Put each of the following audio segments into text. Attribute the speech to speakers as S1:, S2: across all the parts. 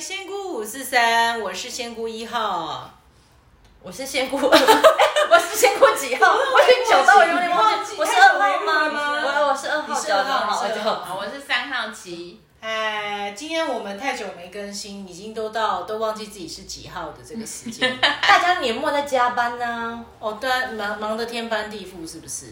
S1: 仙姑五四三，我是仙姑一号。
S2: 我 是仙姑， 我是仙姑几号？我已经久到我有点忘记，我是二号吗？我我是二号，
S1: 是二号
S2: 九
S1: 是二
S2: 九
S1: 号
S2: 号
S3: 好，我是三号棋，
S1: 哎，今天我们太久没更新，已经都到都忘记自己是几号的这个时间。
S2: 大家年末在加班呢。
S1: 哦，对啊、忙忙得天翻地覆，是不是？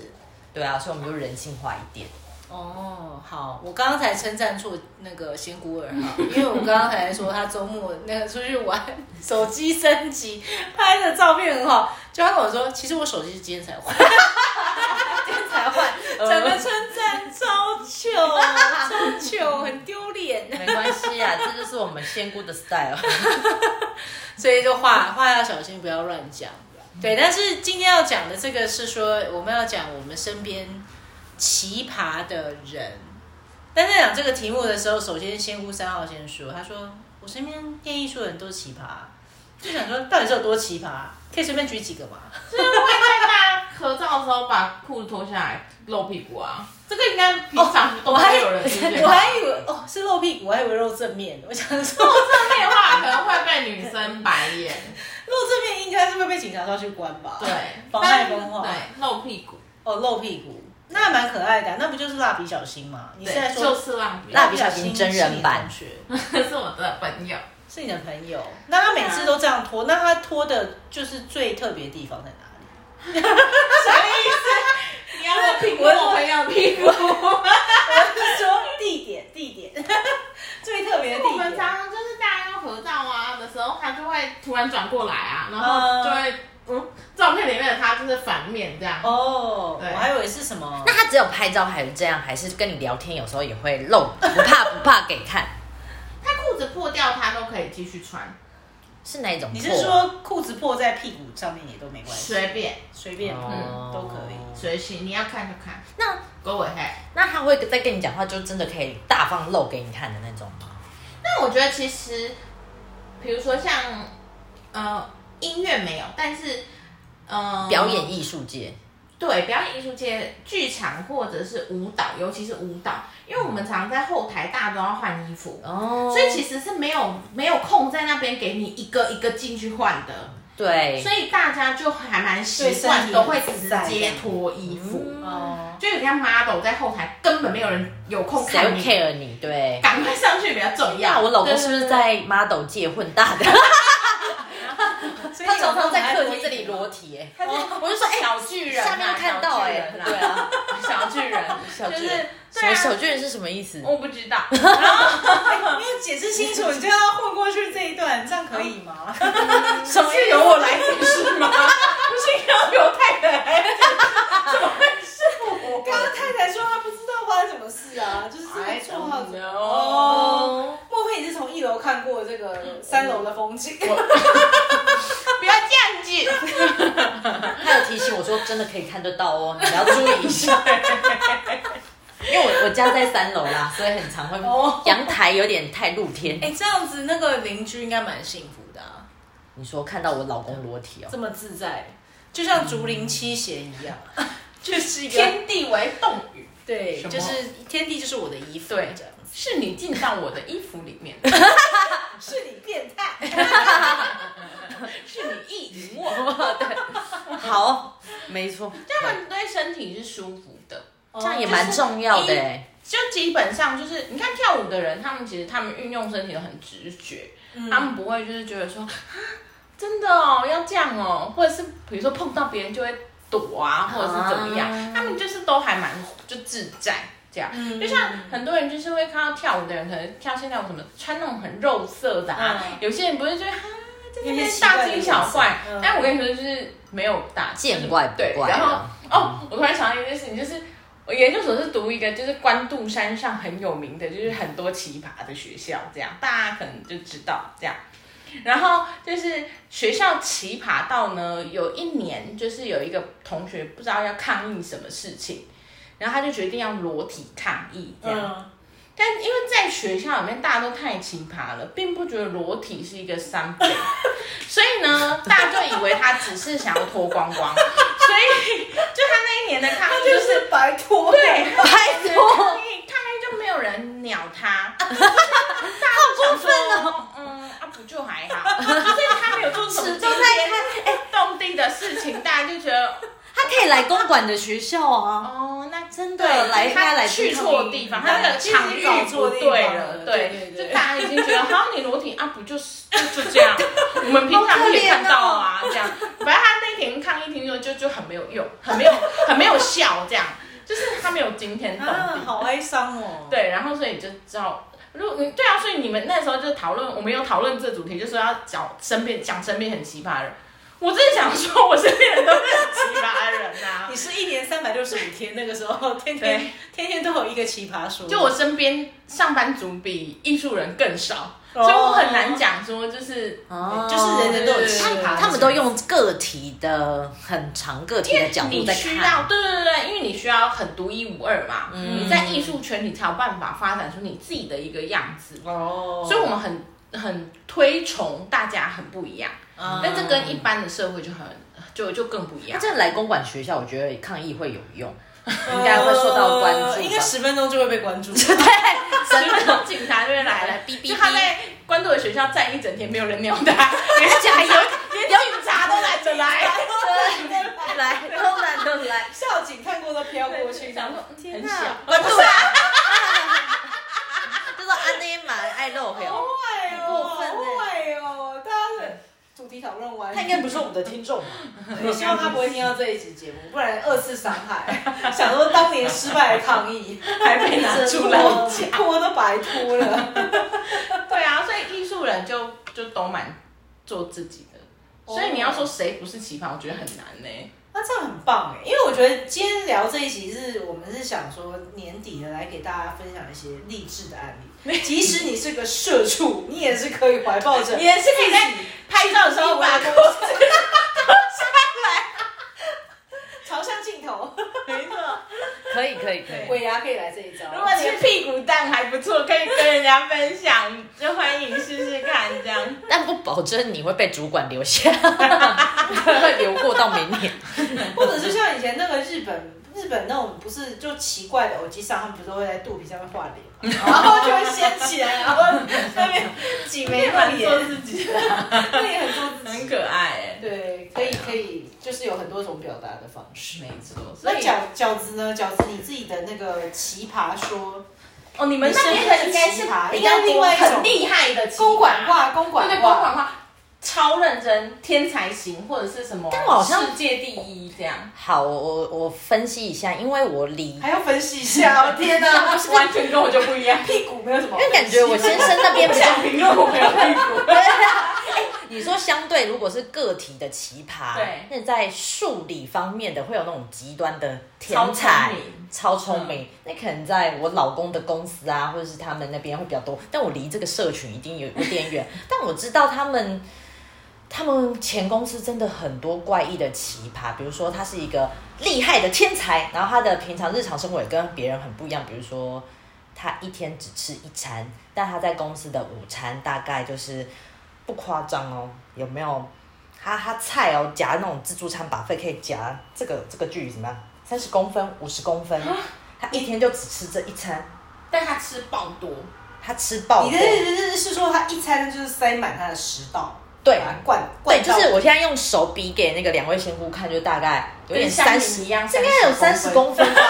S2: 对啊，所以我们就人性化一点。
S1: 哦，好，我刚刚才称赞错那个仙姑二号， 因为我刚刚才说他周末那个出去玩，手机升级拍的照片很好，就他跟我说，其实我手机是今天才换，
S2: 今天才换，呃
S1: 整个称赞超糗，超糗，很丢脸。
S2: 没关系啊，这就是我们仙姑的 style。
S1: 所以就话话要小心，不要乱讲。对，但是今天要讲的这个是说，我们要讲我们身边奇葩的人。但在讲这个题目的时候，首先仙姑三号先说，他说我身边念艺术的人都奇葩，就想说到底是有多奇葩，可以随便举几个嘛？
S3: 就是会在大家合照的时候把裤子脱下来露屁股啊，这个应该 平常都
S1: 我还
S3: 会有人出现。
S1: 我 还以为哦是露屁股，我还以为露正面，我想说
S3: 露正面的话，可能会被女生白眼。
S1: 露正面应该是会被警察抓去关吧？
S3: 对，
S1: 妨碍风化。
S3: 对，露屁股。
S1: 哦，露屁股，那还蛮可爱的啊、那不就是蜡笔小新吗？你是在
S3: 对，
S1: 说
S3: 就是浪费，
S2: 蜡笔小新真人版
S1: 是你同学
S3: 是我的朋友。
S1: 是你的朋友，那他每次都这样拖，那他拖的就是最特别的地方在哪里？
S3: 你要露屁股，我朋友屁股。
S1: 说地点，地点， 最特别的
S3: 我
S1: 地
S3: 们
S1: 点。
S3: 常常就是大家要合照啊的时候，他就会突然转过来啊，然后就会嗯，照片里面的他就是反面这样。
S2: 嗯
S1: 哦，
S3: 对
S1: 我还以为是什么
S2: 那，他只有拍照还是这样，还是跟你聊天有时候也会露，不怕不怕给看，
S3: 他裤子破掉，他都可以继续穿，
S2: 是哪一种
S1: 你
S2: 破？
S1: 是说裤子破在屁股上面也都没关系，
S3: 随便
S1: 随便
S2: 哦
S1: 嗯都可以。
S3: 随性，你要看就看。
S2: 那
S3: 狗尾黑。
S2: 那他会在跟你讲话，就真的可以大方露给你看的那种吗？
S3: 但我觉得其实，比如说像呃音乐没有，但是呃
S2: 表演艺术界，
S3: 对表演艺术界、剧场或者是舞蹈，尤其是舞蹈，因为我们常常在后台大家都要换衣服。
S2: 哦
S3: 所以其实是没有没有空在那边给你一个一个进去换的，
S2: 对，
S3: 所以大家就还蛮习
S1: 对身体
S3: 惯，都会直
S1: 自在这
S3: 接
S1: 样
S3: 脱衣服，
S2: 嗯
S3: 嗯
S1: 哦，
S3: 就有点像 model 在后台，根本没有人有空
S2: 谁会
S3: 看你，
S2: care 你？ 对。
S3: 赶快上去比较重要。
S2: 那我老公是不是在 model 界混大的？他常常 在客厅这里 裸体、欸，哎，我就说，哎、
S3: 小巨人啊
S2: 下面就看到、哎，对啊，
S3: 小巨人，
S2: 小巨人，
S3: 就是
S2: 什么小
S3: 对啊，
S2: 巨人是什么意思？
S3: 我不知道，
S1: 你有解释清楚，你就要混过去这一段，这样可以吗？
S2: 什么
S3: 是由我来解释吗？不是由犹太人来解释，怎么会是我？
S1: 刚刚太太说她不知道发生什么事啊，就是这个绰号
S3: I don't know
S1: 哦。莫非你是从一楼看过这个三楼的风景？
S3: 不要这样子。
S2: 他有提醒我说，真的可以看得到哦，你要注意一下。因为我我家在三楼啦，所以很常会
S1: 哦
S2: 阳台有点太露天。
S1: 哎、这样子那个邻居应该蛮幸福的、啊，
S2: 你说看到我老公裸体哦，
S1: 这么自在，就像竹林七贤一样，就是一个
S3: 天地为冻雨，
S1: 对，
S3: 什么
S1: 就是天地就是我的衣服，
S3: 对
S1: 这样子。
S3: 是你进到我的衣服里面，
S1: 是你变态，
S3: 是你意 淫我，
S2: 好，没错，
S3: 这样对身体是舒服的。
S1: 这
S2: 这样也蛮重要的、欸。
S3: 就基本上就是，你看跳舞的人，他们其实他们运用身体都很直觉，
S1: 嗯
S3: 他们不会就是觉得说，啊真的哦要这样哦，或者是比如说碰到别人就会躲啊，或者是怎么样，
S2: 啊
S3: 他们就是都还蛮就自在这样。
S1: 嗯
S3: 就像很多人就是会看到跳舞的人，可能跳现代舞什么穿那种很肉色的啊，
S1: 嗯
S3: 有些人不是觉得哈。在那
S1: 有些
S3: 边
S1: 奇怪的
S3: 大惊小怪
S1: 颜色嗯，
S3: 但我跟你说，就是没有大惊
S2: 见怪不
S3: 对，
S2: 怪
S3: 然后
S2: 啊
S3: 哦，我突然想到一件事情，就是我研究所是读一个就是关渡山上很有名的，就是很多奇葩的学校，这样大家可能就知道这样。然后就是学校奇葩到呢，有一年就是有一个同学不知道要抗议什么事情，然后他就决定要裸体抗议这样。
S1: 嗯，
S3: 但因为在学校里面，大家都太奇葩了，并不觉得裸体是一个商品，所以呢， 大家就以为他只是想要脱光光，所以就他那一年的抗议
S1: 就
S3: 就是。
S1: 是白脱，
S3: 对，他
S2: 拜
S3: 就
S2: 托
S3: 是抗议，抗议就没有人鸟他，好过分哦！嗯，啊
S2: 以来公馆的学校啊。
S3: 哦，那真
S2: 对来应该
S3: 他
S2: 来
S3: 去
S2: 不同
S3: 错
S2: 地
S3: 地方，
S2: 方
S3: 他那个
S1: 其实
S3: 场域
S1: 搞
S3: 不
S1: 错地
S3: 对
S1: 方
S3: 了，
S1: 了对对
S3: 就大家已经觉得，好，你裸体啊，不就是就就这样，我们平常也看到啊，这样，反正他那天抗议听说就就很没有用，很没有 很没有效，这样，就是他没有惊天动
S1: 啊，
S3: 地，
S1: 好哀伤 哦。
S3: 对，然后所以你就知道。如果对啊，所以你们那时候就讨论，我们有讨论这主题，就说要找身边讲身边很奇葩的人。我真的想说，我身边人都是很奇葩的人啊呐、
S1: 你是一年三百六十五天，那个时候天天
S3: 对
S1: 天天都有一个奇葩说。
S3: 就我身边上班族比艺术人更少，
S1: 哦
S3: 所以我很难讲说就是
S2: 哦
S1: 就是人人都有奇
S3: 对对
S1: 葩，
S3: 对
S2: 他们都用个体的很长个体的角度
S3: 你
S2: 在
S3: 需要
S2: 看。嗯
S3: 对对对，因为你需要很独一无二嘛，你在艺术圈你才有办法发展出你自己的一个样子，
S1: 哦，
S3: 所以我们很很推崇大家很不一样，
S1: 嗯
S3: 但这跟一般的社会就很就就更不一
S2: 那
S3: 样。
S2: 这来公馆学校，我觉得抗议会有用，应该会受到关注吧
S1: 呃应该十分钟就会被关注。
S3: 真的，警察就会来了，
S2: 哔哔哔
S3: 就他在关渡的学校站一整天，没有人鸟他，连
S2: 而且还有
S3: 连警察都懒得来。
S2: 来，都来都来，
S1: 校警看过都飘过去，
S3: 想说嗯
S1: 天
S3: 很小
S1: 哪，关注啊，
S2: 就说安内玛爱露黑。
S1: 好坏哦，
S2: 过分
S1: 好坏哦，大家的主题讨论完，
S2: 他应该不是我们的听众吧？
S1: 也希望他不会听到这一集节目，不然二次伤 害。想说当年失败的抗 议还被拿出来
S2: 真
S1: 拖都白拖了。
S3: 对啊，所以艺术人就就都蛮做自己的，
S1: 哦
S3: 所以你要说谁不是奇葩，我觉得很难呢、
S1: 那这样很棒哎，因为我觉得今天聊这一集是我们是想说年底的来给大家分享一些励志的案例。即使你是个社畜，你也是可以怀抱着
S3: 也是可以在拍照的时候把
S1: 把
S3: 头
S1: 头下来，朝向镜头，
S3: 没错。
S2: 可以可以可以，
S1: 尾牙可以来这一招。
S3: 如果你的屁股蛋还不错，可以跟人家分享，就欢迎试试看这 样。
S2: 但不保证你会被主管留下，会留过到明年。
S1: 或者是像以前那个日本日本那种不是就奇怪的偶机上，他们不是都会在肚皮上面画脸嘛，然后就会掀起来，然后那边挤眉弄
S3: 蛮做
S1: 眼，
S3: 自己的，
S1: 那也很多自己。
S3: 很可爱哎、
S1: 对，可以可以，就是有很多种表达的方式。
S3: 没错，所
S1: 那
S3: 以
S1: 饺饺子呢？饺子你自己的那个奇葩说，
S3: 哦，你们那边的应该是比
S1: 应
S3: 较
S1: 该是另
S3: 多
S1: 外一种
S3: 很厉害的奇葩
S1: 公馆话，公
S3: 对
S1: 馆
S3: 对，公
S1: 话，
S3: 馆话超认真，天才型或者是什么，
S2: 但我好像
S3: 世界第一这样。
S2: 好，我我我分析一下，因为我离
S1: 还要分析一下。我天哪，
S3: 完全跟我就不一样。
S1: 屁股没有什么好分析，
S2: 因为感觉我先生那边
S3: 不
S2: 比较
S3: 想评论我没有屁股。
S2: 哎你说相对，如果是个体的奇葩，
S3: 对
S2: 那在数理方面的会有那种极端的
S3: 超
S2: 天
S3: 聪
S2: 才
S3: 明、
S2: 超聪明，那可能在我老公的公司啊，或者是他们那边会比较多，但我离这个社群一定有有点远，但我知道他们。他们前公司真的很多怪异的奇葩，比如说他是一个厉害的天才，然后他的平常日常生活也跟别人很不一样，比如说他一天只吃一餐，但他在公司的午餐大概就是不夸张哦，有没有？他他菜哦，夹那种自助餐把费可以夹这个这个距离怎么样？三十公分、五十公分，他一天就只吃这一餐，
S3: 但他吃爆多，
S2: 他吃爆
S1: 你
S2: 过。
S1: 的意思是说他一餐就是塞满他的食道，
S2: 对
S1: 把它灌
S2: 对，
S1: 灌
S2: 就
S1: 到
S2: 是我现在用手比给那个两位仙姑看，就大概有点
S3: 跟香
S2: 三
S3: 菱
S2: 十
S3: 一样
S2: 这应该有三
S3: 30
S2: 十公分吧。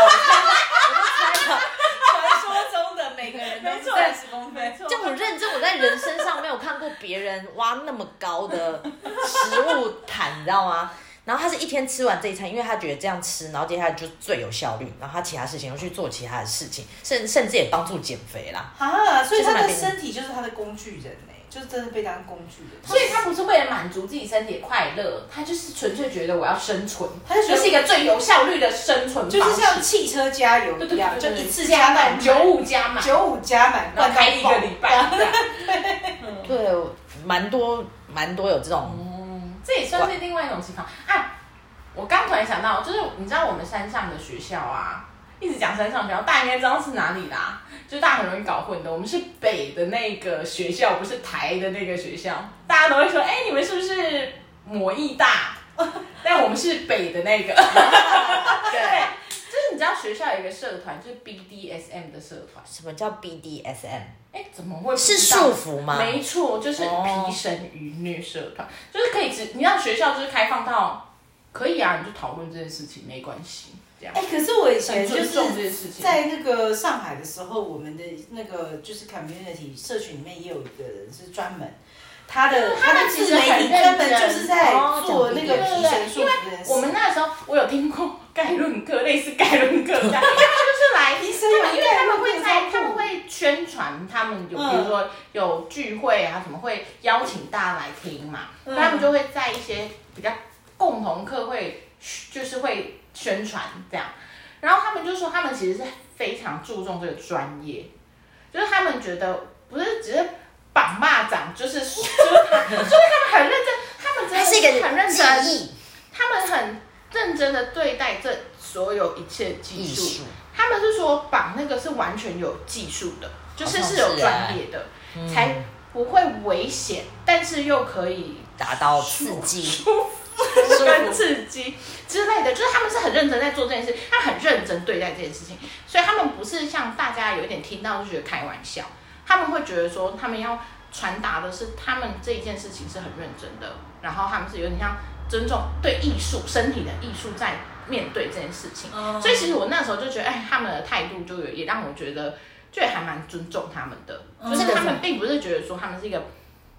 S1: 传说中的每个人
S3: 没错
S1: 十公分，
S2: 就我认真，我在人身上没有看过别人挖那么高的食物毯，你知道吗？然后他是一天吃完这一餐，因为他觉得这样吃，然后接下来就最有效率，然后他其他事情又去做其他的事情，甚甚至也帮助减肥啦。
S1: 啊，所以他
S2: 就是
S1: 的
S2: 买
S1: 身体就是他的工具人呢、就是真的被当工具人。
S3: 所以他不是为了满足自己身体的快乐，他就是纯粹觉得我要生存，
S1: 他就觉得
S3: 这是一个最有效率的生存方式，
S1: 就是像汽车加油
S3: 对
S1: 一
S3: 对
S1: 样，
S3: 对，
S1: 就
S3: 对
S1: 一次
S3: 加
S1: 加满
S3: 九五加满，
S1: 九五加满，
S3: 然
S1: 灌
S3: 后
S1: 到
S3: 开一个
S1: 爆
S3: 礼 拜，这样
S2: 对，蛮多蛮多有这种，
S3: 这也算是另外一种情况。哎、我刚突然想到，就是你知道我们山上的学校啊，一直讲山上学校，大家应该知道是哪里啦，就大家很容易搞混的。我们是北的那个学校，不是台的那个学校，大家都会说，哎、你们是不是某艺大？ 但我们是北的那个， 对，就是你知道学校有一个社团，就是 BDSM 的社团，
S2: 什么叫 BDSM？
S3: 哎，怎么会不
S2: 是
S3: 知道
S2: 束缚吗
S3: 没错，就是
S2: 哦
S3: 皮神愚虐社团，就是可以直，你让学校就是开放到可以啊，你就讨论这件事情没关系，这样
S1: 哎、可是我以前
S3: 很
S1: 就
S3: 尊重这
S1: 是
S3: 件事情。
S1: 在那个上海的时候，我们的那个就是 community 社群里面也有一个人是专门。他的
S3: 哦他们
S1: 的
S3: 其
S1: 自
S3: 实
S1: 媒体
S3: 很认
S1: 根本就是在
S2: 真
S1: 做那个
S3: 哦
S1: 提神术服的事。
S3: 我们那时候我有听过概论课，类似概论课 这样，因为他们就是来，
S1: 医生有
S3: 他们因为他们会
S1: 概论
S3: 在，
S1: 课超酷
S3: 他们会宣传，他们有
S1: 嗯
S3: 比如说有聚会啊什么，会邀请大家来听嘛，
S1: 嗯
S3: 他们就会在一些比较共同课会，就是会宣传这样，然后他们就说他们其实是非常注重这个专业，就是他们觉得不是只是绑蚂蚱，就是 就是他就是他们很认真，他们真的
S2: 它是一个
S3: 很认真。
S2: 技艺
S3: 他们很认真的对待这所有一切技
S2: 艺
S3: 术
S2: 术。，
S3: 他们是说绑那个是完全有技术的，就是
S2: 好像
S3: 是
S2: 哦是
S3: 有专业的，
S2: 嗯
S3: 才不会危险，但是又可以
S2: 达到刺激， 服
S3: 跟刺激之类的，就是他们是很认真在做这件事，他们很认真对待这件事情，所以他们不是像大家有一点听到就觉得开玩笑，他们会觉得说他们要传达的是他们这一件事情是很认真的，然后他们是有点像尊重对艺术身体的艺术在面对这件事情，
S1: 嗯
S3: 所以其实我那时候就觉得，哎，他们的态度就有也让我觉得，就也还蛮尊重他们的，
S1: 嗯
S3: 就是他们并不是觉得说他们是一个，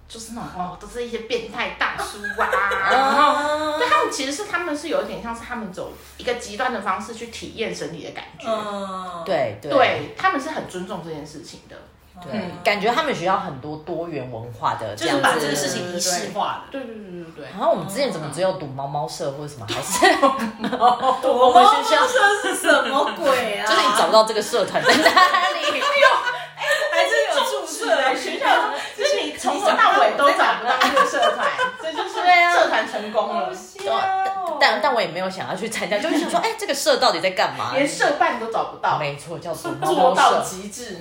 S3: 就是那种哦，都是一些变态大叔啊，然后
S1: 嗯
S3: 对他们其实是他们是有点像是他们走一个极端的方式去体验身体的感觉，
S1: 嗯，
S2: 对对
S3: 对他们是很尊重这件事情的。
S2: 对感觉他们学校很多多元文化的这
S1: 就
S2: 样
S1: 是
S2: 子，
S1: 把这个事情仪式化了。
S3: 对对对对对，
S2: 然啊后我们之前怎么只有读猫猫社或者什么，还是
S1: 我
S2: 我
S1: 们
S2: 们
S1: 学
S2: 学
S1: 校
S2: 校
S1: 说是什么鬼啊？
S2: 就是你找不到这个社团在哪里。
S1: 还是有注册
S3: 来学校，就是你从头到尾都找不到这啊个社团，这就是社团成功了，
S2: 对啊但 但但我也没有想要去参加，就是想说， 哎，这个社到底在干嘛？
S3: 连社办都找不到，
S2: 没错，叫做
S3: 做
S2: 猫猫
S3: 到
S2: 社，
S3: 极致。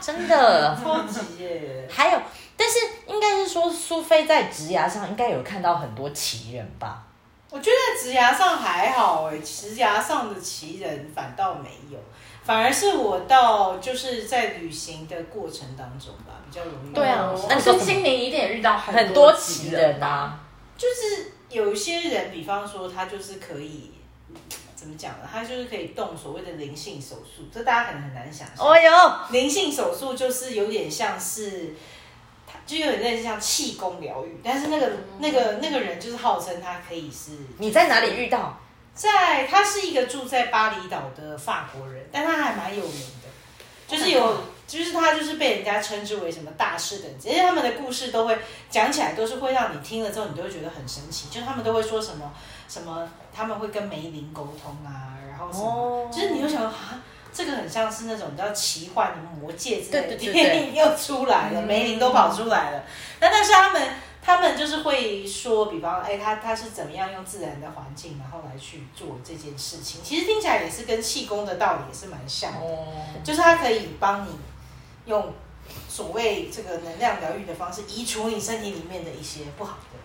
S2: 真的。
S1: 超级耶！
S2: 还有，但是应该是说，苏菲在职涯上应该有看到很多奇人吧？
S1: 我觉得职涯上还好哎、职涯上的奇人反倒没有，反而是我到就是在旅行的过程当中吧，比较容易。
S2: 对啊那
S3: 但
S2: 你说
S3: 是
S2: 什么
S3: 心灵一定也遇到很
S2: 很多
S3: 奇
S2: 奇人啊，
S1: 就是有一些人，比方说他就是可以。怎么讲呢？他就是可以动所谓的灵性手术，这大家可能很难想象。
S2: 哦哟，
S1: 灵性手术就是有点像是，它就有点类似像气功疗愈，但是那个、那个那个人就是号称他可以是
S2: 你在哪里遇到？
S1: 在他是一个住在巴厘岛的法国人，但他还蛮有名的，就是有就是他就是被人家称之为什么大师等级，因为他们的故事都会讲起来都是会让你听了之后你都会觉得很神奇，就是他们都会说什么什么他们会跟梅林沟通啊，然后什么，
S2: 哦
S1: 就是你会想到啊。这个很像是那种比较奇幻的魔界之类的
S2: 对嗯对对
S1: 电影又出来了，梅林都跑出来了。那但是他们他们就是会说，比方哎，他他是怎么样用自然的环境，然后来去做这件事情。其实听起来也是跟气功的道理也是蛮像的，
S3: 哦，
S1: 就是它可以帮你用所谓这个能量疗愈的方式，移除你身体里面的一些不好的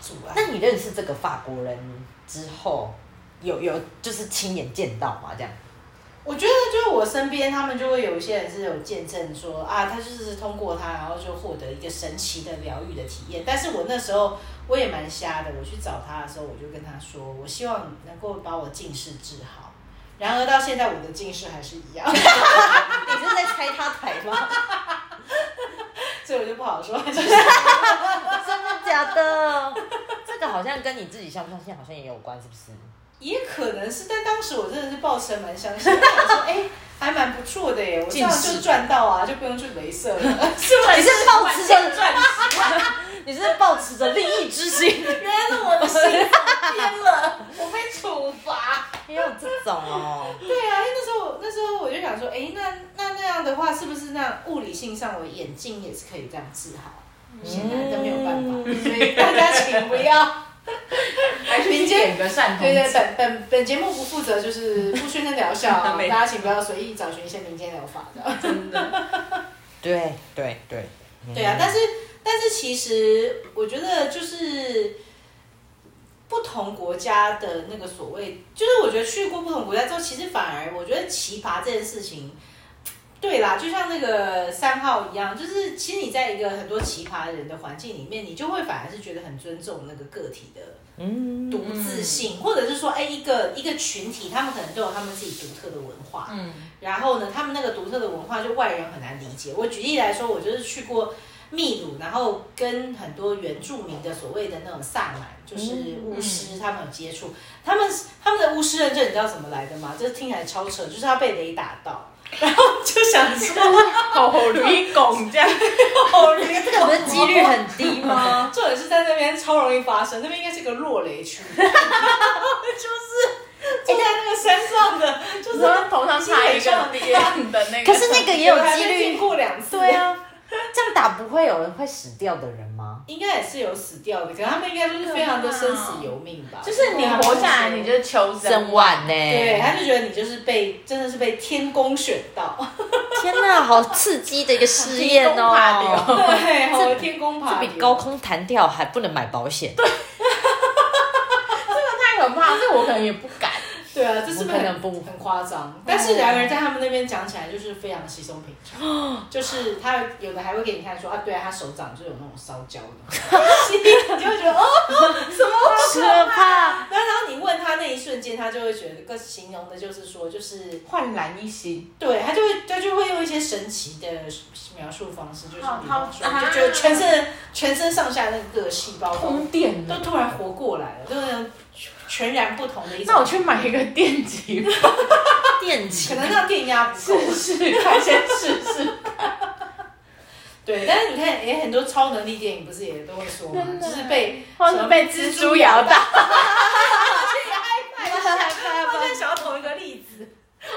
S1: 阻碍。
S2: 那你认识这个法国人之后，有有就是亲眼见到嘛？这样，
S1: 我觉得就是我身边他们就会有一些人是有见证说啊，他就是通过他，然后就获得一个神奇的疗愈的体验。但是我那时候我也蛮瞎的，我去找他的时候，我就跟他说，我希望能够把我近视治好。然而到现在，我的近视还是一样，
S2: 你是在拆他台吗？
S1: 所以我就不好说。就是
S2: 真的假的？ 这个好像跟你自己相不相信好像也有关，是不是？
S1: 也可能是，但当时我真的是抱持蛮相信，我想 说哎、还蛮不错的耶，我这样
S2: 近视
S1: 就赚到啊，就不用去镭射了。
S3: 是不
S2: 你是抱持着
S3: 赚十万？
S2: 你是抱持着利益之 心，
S1: 原来是我的心走偏了。
S3: 我被处罚。
S2: 也有这种哦。
S1: 对啊，因为那时候那时候我就想说，哎、那那那样的话，是不是那物理性上我眼镜也是可以这样治好？显然都没有办法，所以大家请不要。
S3: 还去点个善
S1: 对
S3: 通
S1: 对，本本本节目不负责就是不宣称疗效啊，
S3: 没
S1: 大家请不要随意找寻一些民间疗法的。
S3: 真的。
S2: 对对对，
S1: 对啊，但是但是其实我觉得就是不同国家的那个所谓，就是我觉得去过不同国家之后，其实反而我觉得奇葩这件事情，对啦，就像那个三号一样，就是其实你在一个很多奇葩的人的环境里面，你就会反而是觉得很尊重那个个体的
S2: 嗯，
S1: 独自性，或者是说，哎，一个一个群体，他们可能都有他们自己独特的文化，
S4: 嗯，
S1: 然后呢，他们那个独特的文化就外人很难理解。我举例来说，我就是去过秘鲁，然后跟很多原住民的所谓的那种萨满，就是
S4: 嗯
S1: 巫师，他们有接触。他们他们的巫师认证，你知道怎么来的吗？这听起来超扯，就是他被雷打 到，然后就想说，
S4: 好好驴拱这 样，
S1: 哦，雷
S2: 这个不是几率很低吗？
S1: 重点是在那边超容易发生，那边应该是个落 雷区，就是住在那个山上的，就是
S4: 然后头上插一
S1: 基本上
S4: 个
S1: 的
S4: 一样的那个，
S2: 可是那个也有
S1: 我还
S2: 几
S1: 被
S2: 率
S1: 进过两次，
S2: 对啊，这样打不会有人会死掉的人吗？
S1: 应该也是有死掉的，可他们应该都是非常的生死由命吧。
S4: 就是你活下来，你就是求
S2: 真
S4: 生万。
S2: 晚呢、
S1: 对，他就觉得你就是被真的是被天公选 到，
S2: 天哪，好刺激的一个试验
S4: 天公怕
S2: 哦！
S4: 流
S1: 对，我天公爬
S2: 这比高空弹跳还不能买保险，
S4: 太可怕，这我可能也不敢。
S1: 对啊，这是不是
S2: 我可能
S1: 很
S2: 不
S1: 很夸张？但是两个人在他们那边讲起来就是非常稀松平 常，就是他有的还会给你看说啊，对啊，他手掌就有那种烧焦的东 西，你就会觉得哦，什么
S2: 可怕！
S1: 那然后你问他那一瞬间，他就会觉得，个形容的就是说，就是
S4: 焕然一新，
S1: 对他就会他就会用一些神奇的描述方式，就是
S4: 好
S1: 比方说，
S4: 好
S1: 就觉得全身全身上下那个各细胞都
S4: 电
S1: 都。突然活过来了，就是全然不同的一种。
S4: 那我去买一个电极吧，
S2: 电
S1: 可
S2: 击
S1: 能那电压不够
S4: 试试 看，先试试。
S1: 对，但是你看，也很多超能力电影不是也都会说嘛，
S4: 真
S1: 就
S4: 的
S1: 是被
S4: 或者被蜘蛛咬 到，
S1: 我在想要同一个例子。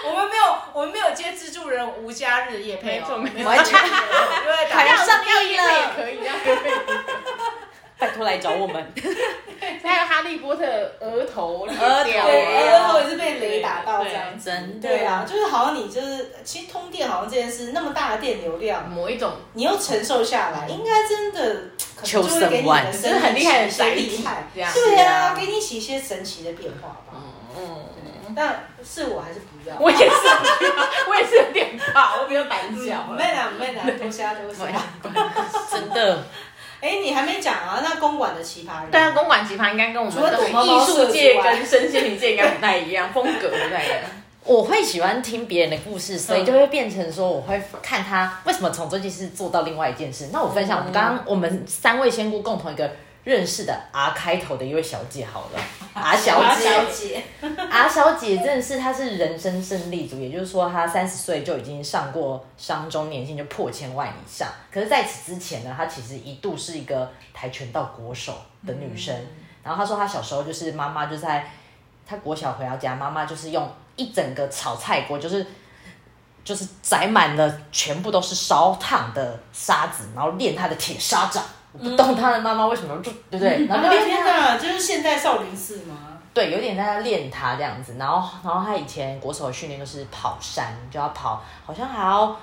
S1: 我们没有，我们没有接蜘蛛人无家日夜配、
S4: 没错
S1: 哦，
S4: 没错
S1: 完全没 有，因为打
S2: 还要上
S4: 要
S2: 映
S4: 一个也
S2: 了，
S4: 可以，啊要一个也可
S2: 拜托来找我们。
S4: 以。还有哈利波特的额头裂掉啊
S1: 对，然后
S4: 了，
S1: 也是被雷打到这样子。
S2: 真的，
S1: 对啊，就是好像你就是，其实通电好像这件事那么大的电流量，
S4: 某一种
S1: 你又承受下来，应该真的可能就会给你的
S2: 嗯万
S1: 身
S4: 这是
S1: 体
S4: 很厉害的
S1: 一些
S4: 载
S1: 厉
S4: 体
S1: 害，
S4: 这样
S1: 对啊，
S2: 是啊
S1: 给你起一些神奇的变化吧。
S4: 嗯，
S1: 但是我还是不要。
S4: 我也是，我也是有点怕，我比较胆小啊
S1: 嗯
S4: 了。
S1: 妹啦妹啦，多瞎多瞎。
S2: 真的，
S1: 哎，你还没讲啊？那公馆的奇葩人，
S4: 对啊，公馆奇葩应该跟我们
S1: 除了
S4: 的
S1: 躲猫猫
S4: 艺术界
S1: 社之外
S4: 跟身心灵界应该不太一样，风格不太一样。
S2: 我会喜欢听别人的故事，所以
S4: 嗯
S2: 就会变成说，我会看他为什么从这件事做到另外一件事。那我分享，我们刚刚我们三位仙姑共同一个认识的 R 开头的一位小姐，好 了，R 小
S1: 华
S2: 姐
S1: 小姐，
S2: R 小姐真的是，她是人生胜利组，也就是说，她三十岁就已经上过商周年薪，就破千万以上。可是，在此之前呢，她其实一度是一个跆拳道国手的女生。然后她说，她小时候就是妈妈就在她国小回到家，妈妈就是用一整个炒菜锅，就是就是载满了全部都是烧烫的沙子，然后练她的铁砂掌。我不懂她的妈妈为什么就对不对？然后
S1: 啊
S2: 就练
S1: 天哪，就是现代少林寺吗？
S2: 对，有点在那练他这样子，然后然后他以前国手的训练就是跑山，就要跑，好像还要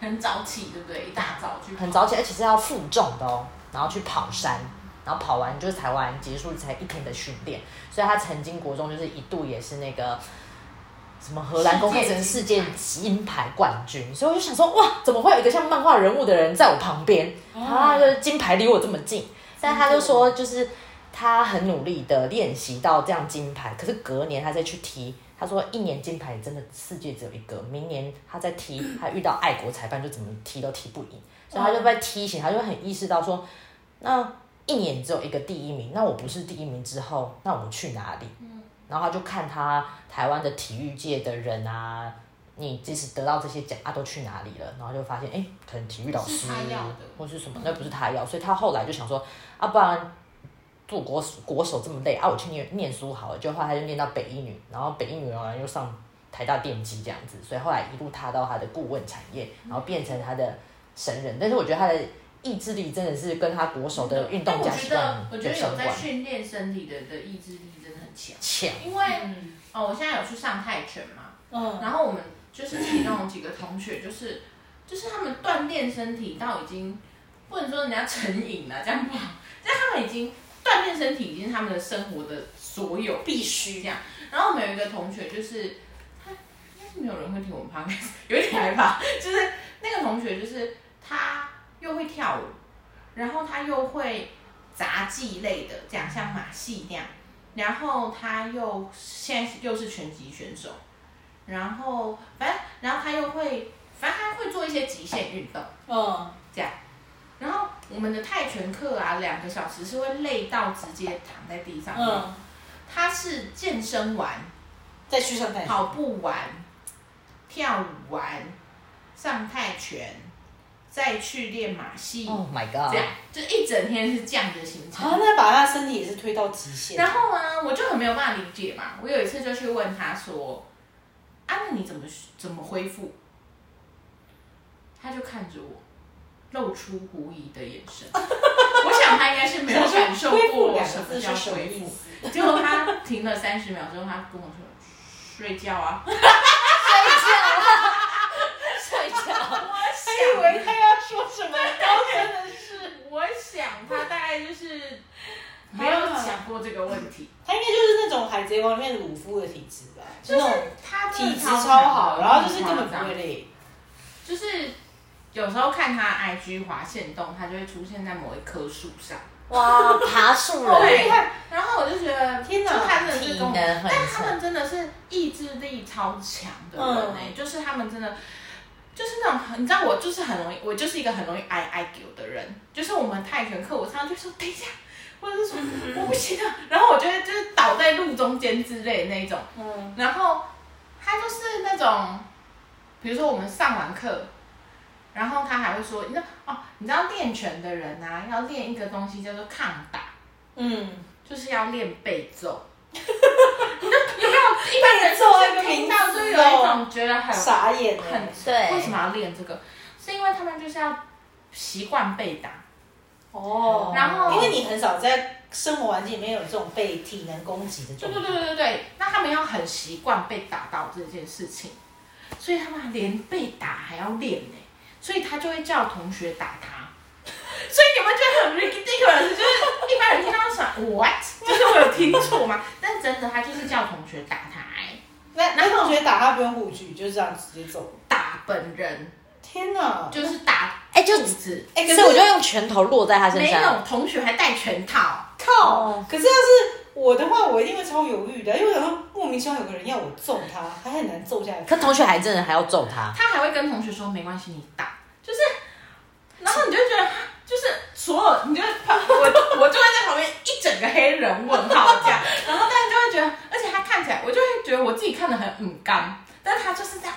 S4: 很早起，对不对？一大早去
S2: 很早起，而且是要负重的哦，然后去跑山，然后跑完就是才完结束才一天的训练，所以他曾经国中就是一度也是那个什么荷兰工程城世界金牌冠军，所以我就想说哇，怎么会有一个像漫画人物的人在我旁边？然后
S1: 嗯
S2: 他的金牌离哦我这么近，但他就说就是他很努力的练习到这样金牌，可是隔年他再去踢。他说：“一年金牌真的世界只有一个，明年他再踢，他遇到爱国裁判就怎么踢都踢不赢，所以他就被踢醒，他就很意识到说，那一年只有一个第一名，那我不是第一名之后，那我去哪里？然后他就看他台湾的体育界的人啊，你即使得到这些奖啊，都去哪里了？然后就发现，哎，可能体育老师
S4: 是他要的
S2: 或是什么，那不是他要，所以他后来就想说，啊，不然做国手国手这么累啊，我去念念书好了。就后来他就念到北一女，然后北一女完了又上台大电机这样子，所以后来一路踏到他的顾问产业，
S3: 嗯
S2: 然后变成他的神人。但是我觉得他的意志力真的是跟他国手的运动
S3: 嗯但我
S2: 家
S3: 觉
S2: 习
S3: 得，
S2: 惯
S3: 我觉
S2: 的
S3: 得
S2: 相
S3: 有在
S2: 关。
S3: 训练身体的的意志力真的很强。
S2: 强，
S3: 因为
S1: 嗯
S3: 哦，我现在有去上泰拳嘛，
S1: 嗯，
S3: 然后我们就是其中有几个同学，就是就是他们锻炼身体到已经不能说人家成瘾了，这样不好，但他们已经锻炼身体已经是他们的生活的所有
S1: 必须
S3: 这样。然后我们有一个同学就是他应该是没有人会听我们 podcast，有点害怕。就是那个同学，就是他又会跳舞，然后他又会杂技类的，这样像马戏那样，然后他又现在又是拳击选手，然后反正然后他又会，反正他会做一些极限运动。
S1: 嗯，
S3: 这样。然后我们的泰拳课啊，两个小时是会累到直接躺在地上。
S1: 嗯，
S3: 他是健身完、
S1: 再去上台，啊
S3: 跑步完、跳舞完、上泰拳，再去练马戏，
S2: Oh my
S3: 嗯这
S2: god！
S3: 样就一整天是这样的行程。
S1: 哦啊，那把他身体也是推到极限。
S3: 然后呢，我就很没有办法理解嘛。我有一次就去问他说：“啊，那你怎么怎么恢复？”他就看着我，露出狐疑的眼神。 我想他应该是没有感受
S1: 恢复
S3: 过
S1: 两
S3: 什
S1: 个
S3: 么
S1: 字
S3: 叫
S1: 是什么
S3: 恢
S1: 意
S3: 复。
S1: 思？
S3: 结果他停了三十秒之后，他跟我说：“睡 觉啊。”
S2: 睡觉，
S1: 以为他要说什么， 然后真的是，
S3: 我想他大概就是没有想过这个问题，
S1: 他哎应该就是那种《海贼王》里面鲁夫的体质吧，就
S3: 就是
S1: 那种
S3: 他真
S1: 体
S3: 的
S1: 质
S3: 强
S1: 超好，然后就是根本
S3: 夸张
S1: 不会累。
S3: 就是有时候看他 IG 滑线动，他就会出现在某一棵树上。
S2: 哇，爬树人，
S3: 对，然后我就觉得，
S1: 天哪
S3: 就他真的是
S2: 体
S3: 跟我，
S2: 能很
S3: 但他
S2: 强，
S3: 们真的是意志力超强的人呢、
S1: 嗯
S3: 就是他们真的。就是那种很，你知道我就是很容易，我就是一个很容易挨挨丢的人。就是我们泰拳课，我常常就说等一下，或者是说我不行了，然后我就会就是倒在路中间之类的那种。
S1: 嗯，
S3: 然后他就是那种，比如说我们上完课，然后他还会说，你知道哦，你知道练拳的人啊，要练一个东西叫做抗打，
S1: 嗯，
S3: 就是要练背奏。你就有没有一般人
S1: 背奏这
S3: 就
S1: 个
S3: 是听
S1: 名
S3: 到
S1: 词
S3: 就有
S1: 哦
S3: 一种觉得很
S1: 傻眼欸了。
S3: 哎很
S2: 对
S3: 为什么要练这个？是因为他们就是要习惯被打，
S1: 哦
S3: 然后
S1: 因为你很少在生活环境里面有这种被体能攻击的
S3: 对
S1: 状
S3: 对
S1: 态。
S3: 对对对，那他们要很习惯被打到这件事情，所以他们连被打还要练呢、所以他就会叫同学打他。所以你们觉得很 ridiculous，就是一般人听到想 what，就是我有听错吗？但真的他就是叫同学打他、欸，
S1: 那那同学打他不用护具，就这样直接走。
S3: 打本人
S1: 天哪！
S3: 就是打
S2: 哎就
S3: 肚子，
S1: 哎、可
S2: 所以我就是用拳头落在他身
S3: 没有
S2: 上。
S3: 同学还戴拳套。
S1: 靠
S2: 哦！
S1: 可是要是我的话，我一定会超犹豫的，因为我想说莫名其妙有个人要我揍他，还很难揍下来。
S2: 可同学还真的还要揍他，
S3: 他还会跟同学说没关系，你打，就是，然后你就觉得就是所有，你就会我我就会在旁边一整个黑人问号 这样，然后但是就会觉得，而且他看起来，我就会觉得我自己看的很嗯刚，但是他就是这样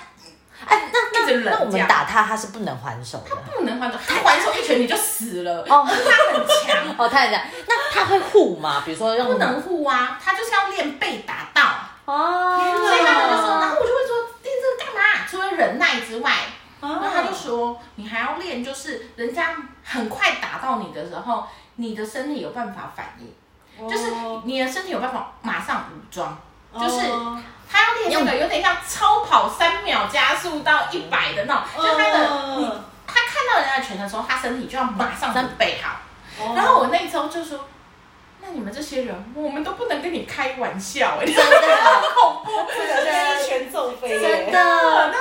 S2: 哎，那
S3: 一直
S2: 那
S3: 冷
S2: 那我
S3: 这
S2: 们
S3: 样
S2: 打他，他是不能还手的。
S3: 不能还手，他还手一拳你就死了，
S2: 哦
S3: 他很强，
S2: 哦，他也这样，那他会护吗？比如说用
S3: 不能护啊，他就是要练被打到，
S2: 哦，
S3: 所以他就说，然后我就会说练这个干嘛？除了忍耐之外，
S1: 啊
S3: 然后他就说，你还要练，就是人家很快打到你的时候，你的身体有办法反应，
S1: 哦
S3: 就是你的身体有办法马上武装。就是
S1: 哦
S3: 他要练那个有点像超跑三秒加速到一百的那
S1: 哦
S3: 种，就他的你
S1: 嗯
S3: 他看到人家的拳的时候，他身体就要马上准备好。
S1: 哦
S3: 然后我那时候就说。那你们这些人，我们都不能跟你开玩笑、欸，
S2: 真 的
S1: 这个是一拳揍飞耶，
S2: 真的。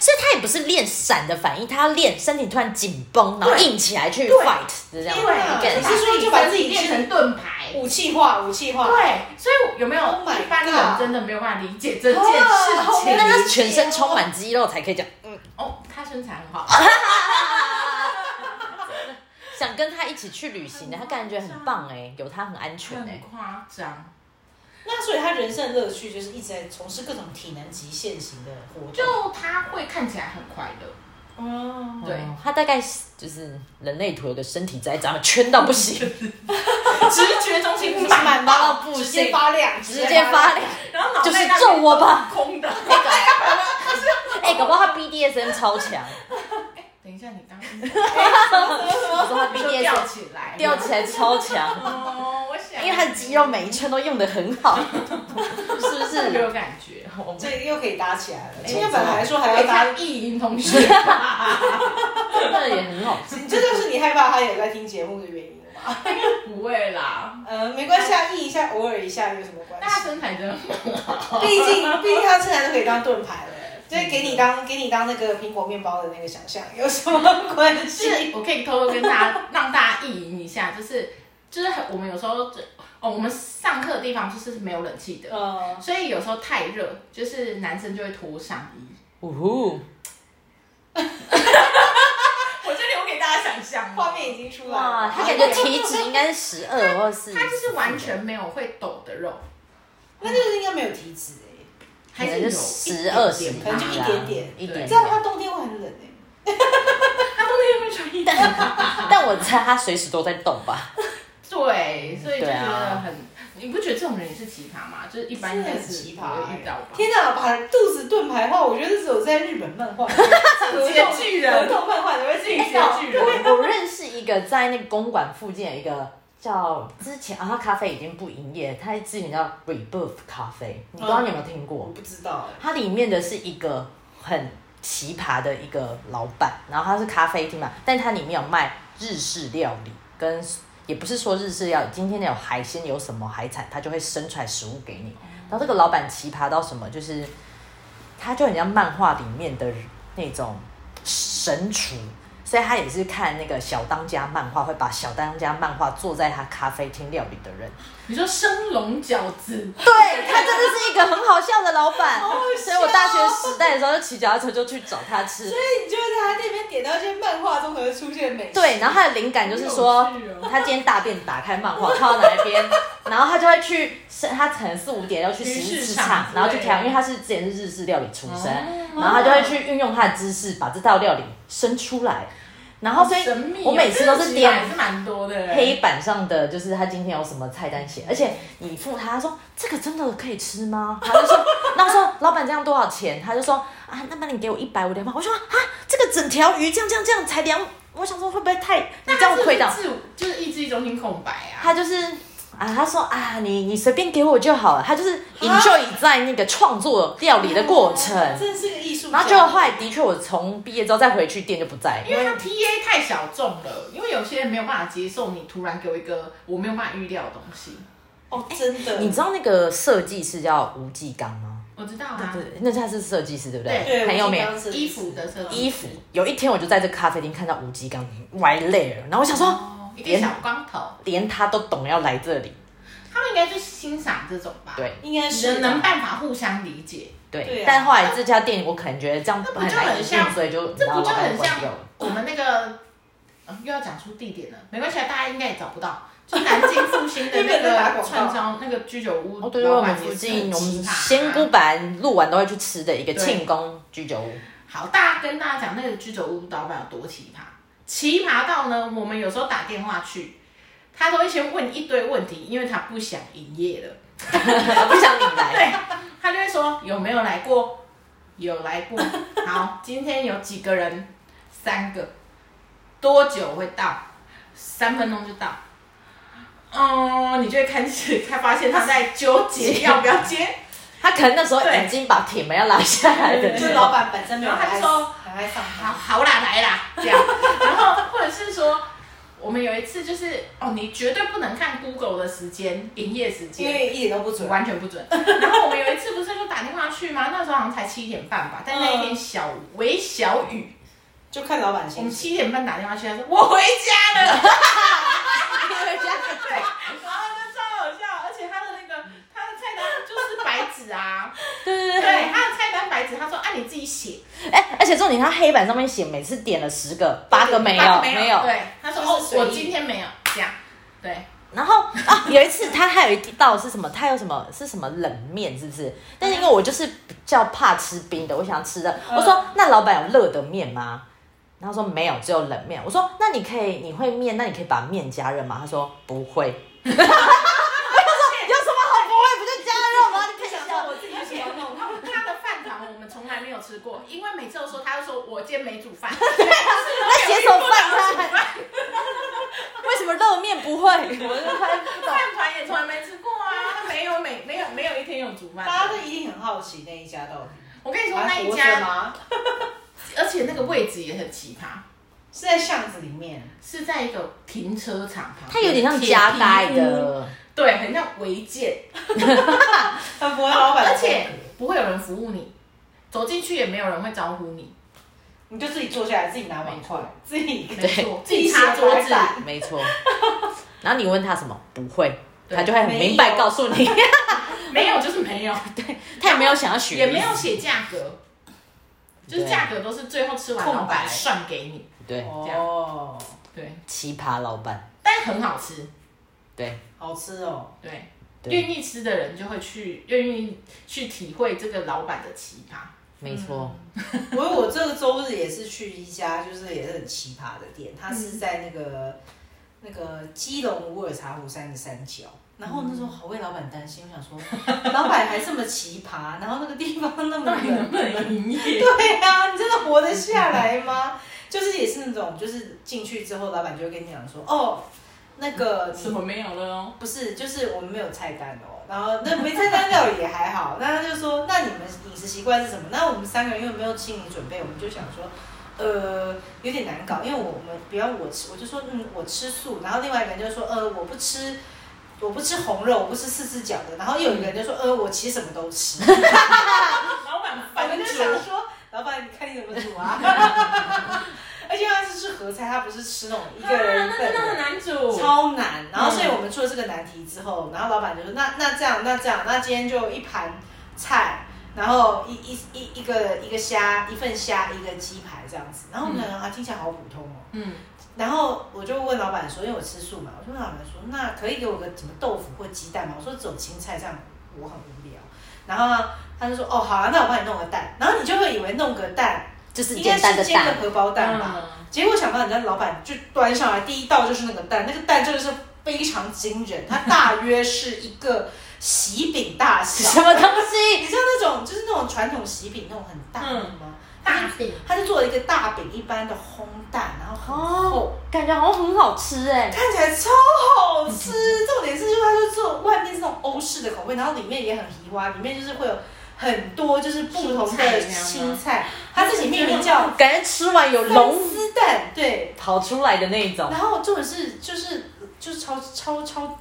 S2: 所以他也不是练闪的反应，他要练身体突然紧绷，然后
S3: 对
S2: 硬起来去
S3: 对
S2: fight 是这样
S3: 因
S2: 的
S3: 为
S2: 感
S1: 你是
S2: 觉。
S1: 说就把自己
S3: 练
S1: 是
S3: 成盾牌，
S1: 武器化，武器化。
S3: 对，所以有没有
S1: Oh my
S3: 一般人
S1: God
S3: 真的没有办法理解这件
S1: 啊好
S3: 事
S1: 没
S3: 情
S1: 有？
S2: 那他全身充满肌肉才可以讲，
S3: 哦，他身材很好，
S2: 想跟他一起去旅行的，他感觉很棒哎，有他很安全
S3: 很
S2: 哎。
S3: 夸张。
S1: 那所以他人生的乐趣就是一直在从事各种体能极限型的活动。
S3: 就他会看起来很快乐，
S1: 哦，
S3: 对
S2: 哦他大概是就是人类图有个身体在咱们圈到不 行，
S3: 直觉中心满
S1: 满
S3: 满
S1: 到
S3: 到，
S2: 不
S1: 直
S2: 行
S1: 接发亮，
S2: 直接发亮。
S3: 然后脑
S2: 就是
S3: 袋那
S2: 揍
S3: 边
S2: 我吧
S3: 空的。
S2: 哎、搞不好他 BDSM 超强，
S3: 等一下，你刚
S2: 我
S3: 刚
S2: 说他
S3: 说吊
S2: BDSM
S3: 起来，
S2: 吊起来超强，
S3: 哦，我想，
S2: 因为他的肌肉每一圈都用的很好，是不
S3: 特别
S2: 是？
S3: 有感觉。我们
S1: 这个又可以搭起来了。
S2: 哎
S1: 今天本来说还
S3: 等
S1: 要
S3: 一下，
S1: 搭，
S3: 意淫同学，
S2: 那也很好吃。
S1: 这就是你害怕他也在听节目的原因了吧？
S3: 不会啦，
S1: 呃，没关系啊，硬一下，偶尔一下有什么关
S3: 但他
S1: 系？
S3: 身材真的很好，
S1: 毕竟，毕竟他现在都可以当盾牌了。
S5: 就是给你当给你当那个苹果面包的那个想象有什么关
S3: 就
S5: 系？
S3: 是我可以偷偷跟大家让大家意淫一下，就是就是很我们有时候就哦，我们上课的地方就是没有冷气的，
S5: 嗯，
S3: 所以有时候太热，就是男生就会脱上衣。
S2: 呜呼，
S3: 我就留给大家想象哦
S5: 画面已经出来
S2: 哇，
S5: 了。
S2: 他感觉体脂应该是十二或是，
S3: 他就是完全没有会抖的肉，
S5: 那就是应该没有体脂哎、
S2: 可
S3: 还
S2: 能
S3: 是
S2: 就
S3: 有
S2: 十二十，
S5: 可能就一
S3: 啊
S5: 点点
S2: 一点
S5: 这样的
S2: 点。
S5: 话冬天会很冷哎、
S3: 他冬天会穿衣服。
S2: 但我猜他随时都在动吧。
S3: 对，所以就
S2: 对
S3: 觉
S2: 啊
S3: 得很，你不觉得这种人也是奇葩吗？就是一般应该是不会遇到吧。
S5: 天哪，把肚子盾牌化，我觉得只有在日本漫画、 格
S3: 接
S5: 斗
S3: 巨人
S5: 格斗漫画才会自己
S3: 进阶 巨人，
S2: 我认识一个在那个公馆附近有一个叫之前啊，他咖啡已经不营业，他之前叫 Rebirth 咖啡，我不知道你有没有听过？
S5: 我不知道哎、
S2: 它里面的是一个很奇葩的一个老板，然后他是咖啡厅嘛，但它里面有卖日式料理跟。也不是说日式料理，今天有海鲜有什么海产，他就会生出来食物给你。然后这个老板奇葩到什么，就是他就很像漫画里面的那种神厨，所以他也是看那个小当家漫画，会把小当家漫画做在他咖啡厅料理的人。
S3: 你说生龙饺子，
S2: 对他真的是一个很好笑的老板，所以我大学时代的时候就骑脚踏车就去找他 吃
S5: 所。以你就会在他那边点到一些漫画中可能出现的美食。
S2: 对，然后他的灵感就是说
S3: 好有趣哦，
S2: 他今天大便打开漫画，看到哪 一边，然后他就会去，是他可能四五点要去
S3: 鱼
S2: 食
S3: 市
S2: 市
S3: 场
S2: 场，
S3: 之
S2: 然后去
S3: 类
S2: 调，
S3: 的哦
S2: 因为他是之前是日式料理出身，然后他就会去运用他的知识把这道料理生出来，然后所以
S3: 神秘哦。
S2: 我每次都是
S3: 这个奇葩
S2: 点
S3: 还是蛮多的欸。
S2: 黑板上的就是他今天有什么菜单写，而且你付他，他说这个真的可以吃吗？他就说，那我说老板这样多少钱？他就说啊，那么你给我一百五两百，我说啊，这个整条鱼这样这样这样才两，我想说会不会太你这样亏到
S3: 那他？是不是自就是意志中心空白啊。
S2: 他就是啊，他说啊，你你随便给我就好了，他就是 enjoy 在那个创作料理的过程。
S5: 真的是个艺术家。
S2: 然后就后来的确，我从毕业之后再回去店就不在，
S3: 因为他 TA 太小众了，因为有些人没有办法接受你突然给我一个我没有办法预料的东西。
S5: 哦，真的，
S2: 你知道那个设计师叫吴继刚吗？
S3: 我知道啊，
S2: 对，那他是设计师对不
S5: 对
S2: 很有名。
S5: 我记得
S3: 衣服的设计，
S2: 衣服。有一天我就在这咖啡厅看到吴基刚歪累了，然后我想说，
S3: 哦，一个小光头，
S2: 连他都懂要来这里，
S3: 他们应该就是欣赏这种吧？
S2: 对
S5: 应该是啊
S3: 人能办法互相理解，
S2: 对。
S5: 对啊
S2: 但后来这家店我可能觉得这样
S3: 那不
S2: 很
S3: 就
S2: 难
S3: 很
S2: 营
S3: 像
S2: 运，所以就
S3: 这不就很
S2: 很
S3: 像我们那个、呃又要讲出地点了？没关系，啊，大家应该也找不到。就南京复兴 的
S5: 日
S3: 那
S5: 本人打广
S3: 个
S5: 告
S3: 串烧那个居酒屋，
S2: 哦，对对，
S3: 老
S2: 我
S3: 板
S2: 们
S3: 也是
S2: 附近
S3: 很
S2: 我们
S3: 奇葩啊
S2: 仙姑版录完都会去吃的一个
S3: 对
S2: 庆功居酒屋，
S3: 好，大家跟大家讲那个居酒屋老板有多奇葩，奇葩到呢，我们有时候打电话去，他都会先问一堆问题，因为他不想营业了，
S2: 不想你来，
S3: 他就会说有没有来过，有来过，好，今天有几个人，三个，多久会到？三分钟就到。嗯，你就会开始才发现他在纠结要不要接，
S2: 他可能那时候
S3: 对
S2: 已经把铁门要拉下来的
S5: 就是
S2: 时候，
S5: 老板本身没有很爱
S3: 然后
S5: 很爱上
S3: 好
S5: 班，
S3: 好啦来啦这样，然后或者是说，我们有一次就是哦，你绝对不能看 Google 的时间营业时
S5: 因
S3: 间。
S5: 为一点都不准。
S3: 完全不准。然后我们有一次不是就打电话去吗？那时候好像才七点半吧，但那一天小微小雨，
S5: 就看老板
S3: 我
S5: 心
S3: 们
S5: 情。
S3: 七点半打电话去，他说我回家了， 然
S2: 对
S3: 后就超好笑，而且他的那个他的菜单就是白纸啊，
S2: 对对
S3: 对，
S2: 对。
S3: 他的菜单白纸，他说啊你自己写，
S2: 哎，而且重点，他黑板上面写每次点了十个，八个没有，
S3: 没
S2: 没有，
S3: 对，他说
S5: 就
S3: 哦
S5: 是随意
S3: 我今天没有这样，对。
S2: 然后啊，有一次他还有一道是什么？他有什么是什么冷面，是不是？但是因为我就是比较怕吃冰的，我想吃的。我说那老板有热的面吗？然后说没有，只有冷面。我说那你可以，你会面，那你可以把面加热吗？他说不会。有什么好不会？不就加热吗？你可以
S5: 想
S2: 加
S5: 说我自己
S3: 而
S5: 是
S3: 且
S5: 要弄，
S3: 他们他的饭堂我们从来没有吃过，因为每次都说他就说我今天没煮 饭，那
S2: 那写什么饭菜？为什么热面不会？我就他不 懂。
S3: 饭团也从来没吃过啊，他没有每没有没有一天有煮饭的。
S5: 大家都一定很好奇那一家到底
S3: 我跟你说那
S5: 还
S3: 一
S5: 活着
S3: 家，
S5: 吗？
S3: 而且那个位置也很奇葩，
S5: 是在巷子里 面，
S3: 是在一个停车场旁边，
S2: 它有点像
S3: 铁
S2: 加盖
S3: 皮屋，
S2: 的，
S3: 对，很像违建，
S5: 很符合老板的
S3: 而
S5: 风格。
S3: 且不会有人服务你。走进去也没有人会招呼你，
S1: 你就自己坐下来，自己拿碗筷，自己
S3: 没错，
S1: 自
S3: 自
S1: 己
S3: 己擦
S1: 写
S3: 桌
S1: 白
S3: 子，
S1: 板
S2: 没错。然后你问他什么，不会，
S3: 对
S2: 他就会很明白告诉 你，
S3: 没有就是没有，
S2: 他也没有想要学，
S3: 也没有写价格，就是
S2: 对
S3: 价格都是最后吃完
S1: 空白
S3: 老板算给你，
S2: 对
S1: 哦，
S3: 对，
S2: 奇葩老板，
S3: 但很好吃，
S2: 对
S1: 好吃哦，
S3: 对，
S2: 对，
S3: 愿意吃的人就会去愿意去体会这个老板的奇葩。
S2: 没错，
S1: 我我这个周日也是去一家，就是也是很奇葩的店，它是在那个、那个基隆无耳茶壶山的山脚。然后那时候好为老板担心，我想 说老板还这么奇葩，然后那个地方那么
S3: 到底
S1: 冷，
S3: 能不能营 业？
S1: 对呀、你真的活得下来吗？就是也是那种，就是进去之后，老板就会跟你讲说，哦，那个你
S6: 什么没有了哦？
S1: 不是，就是我们没有菜单哦。然后那没菜单料理也还好，那他就说，那你们饮食习惯是什么？那我们三个人因为没有心理准备，我们就想说，呃，有点难搞，因为我们比方我吃，我就说，嗯，我吃素，然后另外一个人就说，呃，我不吃。我不吃红肉，我不吃四只脚的。然后又有一个人就说：“呃，我其实什么都吃。”
S3: 老板
S1: 我们
S3: 翻
S1: 就
S3: 桌
S1: 想，说，老板，你看你怎么煮 啊？而且他是吃合菜，他不是吃那种一个人
S3: 啊那
S1: 份
S3: 真
S1: 的
S3: 的很难嗯煮。
S1: 超难。然后，所以我们出了这个难题之后，然后老板就说：“那那这样，那这样，那今天就一盘菜，然后一一一一个一个虾，一份虾，一个鸡排这样子。”然后我们想、啊，听起来好普通哦。
S3: 嗯，
S1: 然后我就问老板说：“因为我吃素嘛，我就问老板说，那可以给我个什么豆腐或鸡蛋吗？”我说：“只有青菜，这样我很无聊。”然后呢，他就说：“哦，好啊，那我帮你弄个蛋。”然后你就会以为弄个蛋
S2: 就是
S1: 应该
S2: 简单的
S1: 是煎个
S2: 蛋，
S1: 荷包蛋吧。
S3: 嗯
S1: 结果想不到人家老板就端上来第一道就是那个蛋，那个蛋真的是非常惊人，它大约是一个喜饼大
S2: 什
S1: 小。
S2: 么东西？
S1: 你知道那种就是那种传统喜饼那种很大的吗？
S2: 嗯
S3: 大饼
S1: 它就做了一个大饼一般的烘蛋，然后很厚，
S2: 哦，感觉好像很好吃哎，
S1: 看起来超好吃。重点是就是它就做外面是那种欧式的口味，然后里面也很奇花，里面就是会有很多就是不同
S3: 蔬菜
S1: 的
S3: 这样吗
S1: 青菜，它自己命名叫
S2: 感觉吃完有
S1: 龙
S2: 龙
S1: 丝蛋，对。
S2: 跑出来的那一种
S1: 然，后重点是就是就是超超超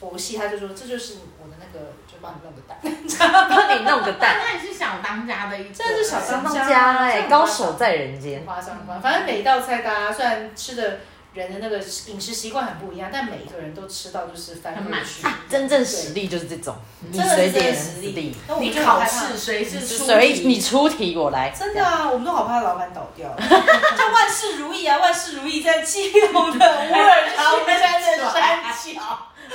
S1: 佛系，他就说这就是我的那个，就帮你弄个蛋，嗯
S2: 帮你弄个蛋，
S3: 那也是小当家的一个，
S1: 这是小当
S2: 当
S1: 家
S2: 家哎，高手在人间，
S1: 花上花。反正每一道菜大家虽然吃的人的那个饮食习惯很不一样，但每一个人都吃到就是翻
S3: 很
S1: 过
S3: 满啊
S1: 去
S3: 足，
S2: 真正实力就是这种，你
S1: 真的
S2: 随
S1: 是真
S2: 便
S1: 的实力。那我们
S3: 你
S1: 就
S3: 考
S1: 好怕
S3: 试谁是出
S2: 随
S3: 题
S2: 你出题我来，
S1: 真的啊，我们都好怕老板倒 掉，就万事如意啊，万事如意，在基隆的乌尔茶乌山 的山 脚，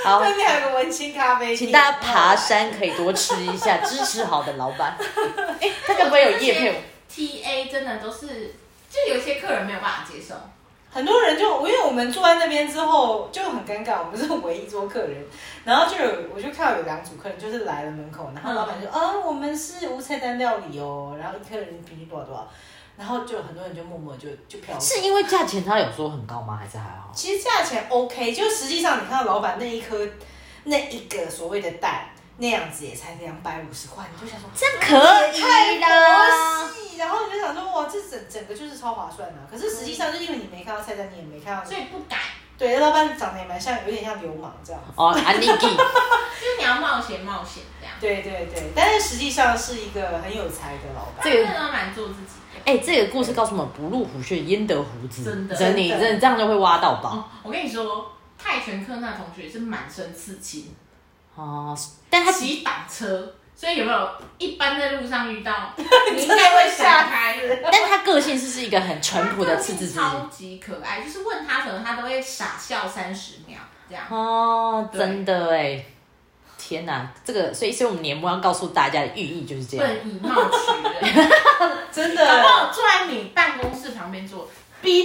S2: 好，
S1: 对面还有个文青咖啡店，
S2: 请大家爬山可以多吃一 下，支持好的老 板。哎、他该不会有叶配我？
S3: T A 真的都是，就有些客人没有办法接受。
S1: 很多人就因为我们坐在那边之后就很尴尬，我们是唯一一桌客人，然后就有我就看到有两组客人就是来了门口，然后老板就啊、我们是无菜单料理哦，然后一客人平均多少多少，然后就很多人就默默就就飘走。
S2: 是因为价钱他有说很高吗？还是还好？
S1: 其实价钱 OK，就实际上你看到老板那一颗那一个所谓的蛋那样子也才两百五十块，你就想说
S2: 这样可以啦
S3: 啊
S1: 佛。系，然后你就想说哇这整整个就是超划算的、可是实际上就因为你没看到菜单，你也没看到
S3: 所以不敢，
S1: 对，老板长得也蛮像，有点像流氓这样。
S2: 哦，安利给
S3: 就是你要冒险冒险这样。
S1: 对对对，但是实际上是一个很有才的老板。
S2: 这个
S3: 真的要满足自己的。
S2: 哎、这个故事告诉我们：不入虎穴，焉得虎子。
S3: 真的
S2: 真的，
S1: 真的
S2: 真的这样就会挖到宝
S3: 哦，我跟你说，泰拳课那同学是满身刺青，
S2: 哦。但他
S3: 骑挡车，所以有没有一般在路上遇到， 你应该会闪开。
S2: 但他个性是是一个很淳朴的
S3: 他
S2: 赤子之
S3: 超
S2: 心。
S3: 级可爱，就是问他什么，他都会傻笑三十秒这样。
S2: 哦，
S3: 对
S2: 真的哎，天哪，这个所以所以我们年末要告诉大家的寓意就是这样。
S3: 笨以貌取 人，
S1: 真
S3: 搞不
S1: 的
S3: 好坐在你办公室旁边坐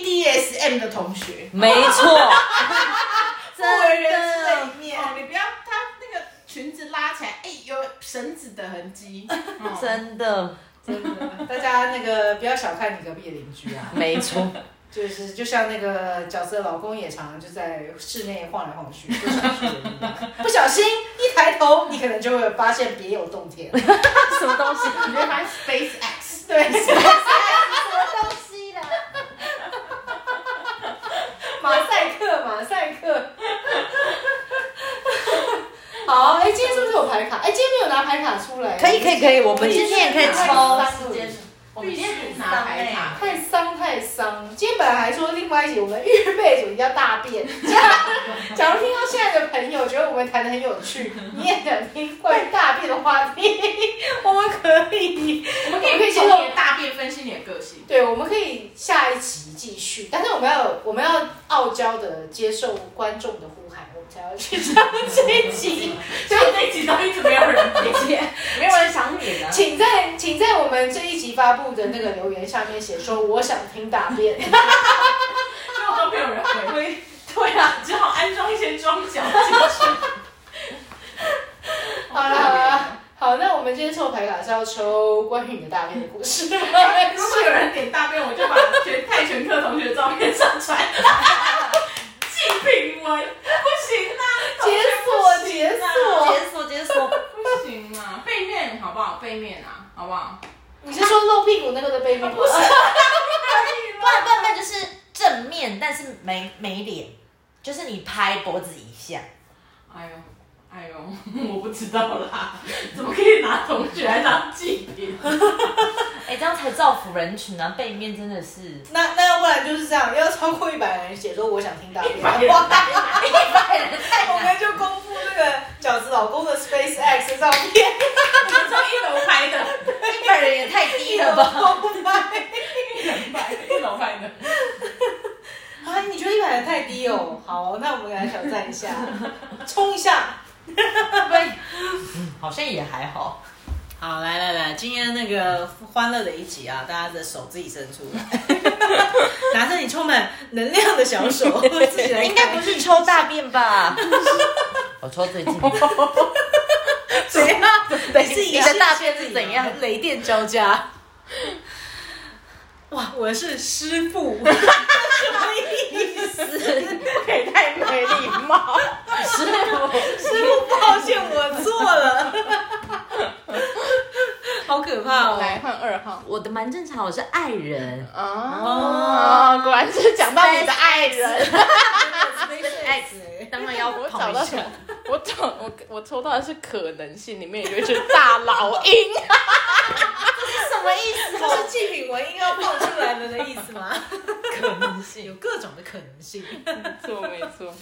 S3: BDSM 的同学，
S2: 没错，
S1: 为
S2: 真
S1: 人知
S2: 的
S1: 的一面，
S3: 哦，你不要他那个裙子拉起来，哎、有绳子的痕 迹，哦
S2: 真的
S1: 真的，大家那个不要小看你隔壁的邻居啊，
S2: 没错，
S1: 就是就像那个角色老公也常常就在室内晃来晃去，不小心 不小心一抬头，你可能就会发现别有洞天。
S2: 什么东西？
S3: 你就会发现 SpaceX
S1: 对，什么
S2: 东西啦？
S1: 马赛克，马赛克。好，哎、今天是不是有牌卡？哎、今天没有拿牌卡出来。
S2: 可以可以可以，我们今天也可以抽
S1: 超
S3: 时间我们今天还拿牌卡，
S1: 太伤太伤。今天本来还说另外一集我们预备主题叫大便， 假假如听到现在的朋友觉得我们谈的很有趣，你也想听关于大便的话题，我们可以，
S3: 我们可以可以从你的大便分析你的个 性。
S1: 对，我们可以下一集继续，但是我们要有我们要傲娇的接受观众的呼喊，我们才要去上这一集。
S3: 所以这一集都一直没有人理解，
S7: 没有人想你呢。
S1: 请在请在我们这一集发布的那个留言下面写说我想听大便，
S3: 就都没有人回。
S7: 对啊，
S3: 只好安装一些装脚进去。
S1: 好了好了，好，那我们今天抽牌卡是要抽关于你的大便的故事， 哎
S3: 如果有人点大便，我就把全泰拳课同学的照片上传。 祭品文不行啊，同
S1: 解
S3: 学
S1: 锁解锁，
S2: 解锁解锁，
S3: 不行啊，背面好不好？背面啊，好不好？啊
S1: 你是说露屁股那个的 baby 故事？
S2: 不然不然不然就是正面，但是没没脸，就是你拍脖子一下。
S3: 哎呦，哎呦， 我不知道啦，怎么可以拿同学来当祭品？
S2: 哎、这样才造福人群啊！背面真的是，
S1: 那那要不然就是这样，要超过一百人写说我想听大 便，
S3: 100人
S1: 哇，我们就公布那个饺子老公的 SpaceX 的照片，
S3: 我们从一楼拍的，
S2: 一百人也太低了吧？
S1: 公开。
S3: 拍一楼拍的。
S1: 啊，你觉得一百人太低 哦？好，那我们给他挑战一 下，冲一下。
S2: 好像也还好。
S8: 好，来来来，今天那个欢乐的一集啊，大家的手自己伸 出来，拿着你充满能量的小 手，自己来看。
S2: 应该不是抽大便吧？ 我抽最 近的，
S8: 怎样？
S2: 对
S8: 自己
S2: 你的大便是怎样？
S8: 雷电交加。哇，我是师傅，
S7: 给太没礼貌。
S8: 师傅 抱歉，我错了， 好可怕哦！
S7: 来换二号。
S2: 我的蛮正常，我是爱人。
S8: 啊
S7: 哦，果然是讲到你的爱 人。
S8: 哎
S2: 当然要
S7: 我
S2: 跑
S7: 找
S2: 一
S7: 到什
S2: 下
S7: 么？ 我找我我抽到的是可能性，里面有一个是大老鹰。
S2: 什么意思？
S8: 这是祭品文应该要爆出来了的意思吗？可能性有各种的可能性。
S7: 没错没错，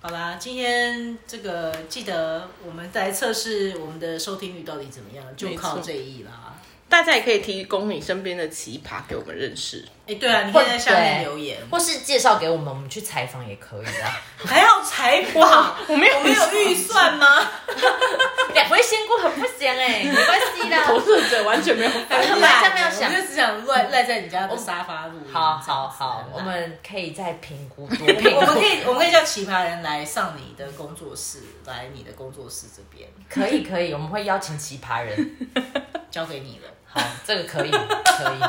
S8: 好啦，今天这个记得我们来测试我们的收听率到底怎么样，就靠
S7: 没错
S8: 这一啦。
S7: 大家也可以提供你身边的奇葩给我们认识。
S8: 哎，对啊，你可以在下面留言，
S2: 或是介绍给我们，我们去采访也可以啊。
S8: 还要采访，
S7: 啊我没有
S8: 我们有预算吗？
S2: 两位仙姑很不行哎、没关系啦。
S7: 投射者完全没有反 应。
S2: 我们下面要想
S8: 哎我们就只想赖赖在你家的沙发录音。
S2: 好好好，我
S8: 这样子
S2: 们可以再评估多评
S8: 我们可
S2: 估。
S8: 以我们可以叫奇葩人来上你的工作室，来你的工作室这边
S2: 可以可以，我们会邀请奇葩人。
S8: 交给你了，
S2: 好，这个可以 可以。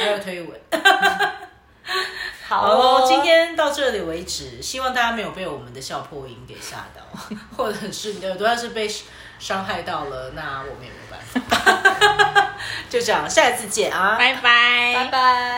S8: 还有推文。
S2: 好
S8: 好
S2: 哦
S8: 喽，，今天到这里为止，希望大家没有被我们的笑破音给吓 到，或者是你的耳朵要是被伤害到了， 那我们也没办法。就这样，下一次见啊，
S7: 拜拜，
S2: 拜拜。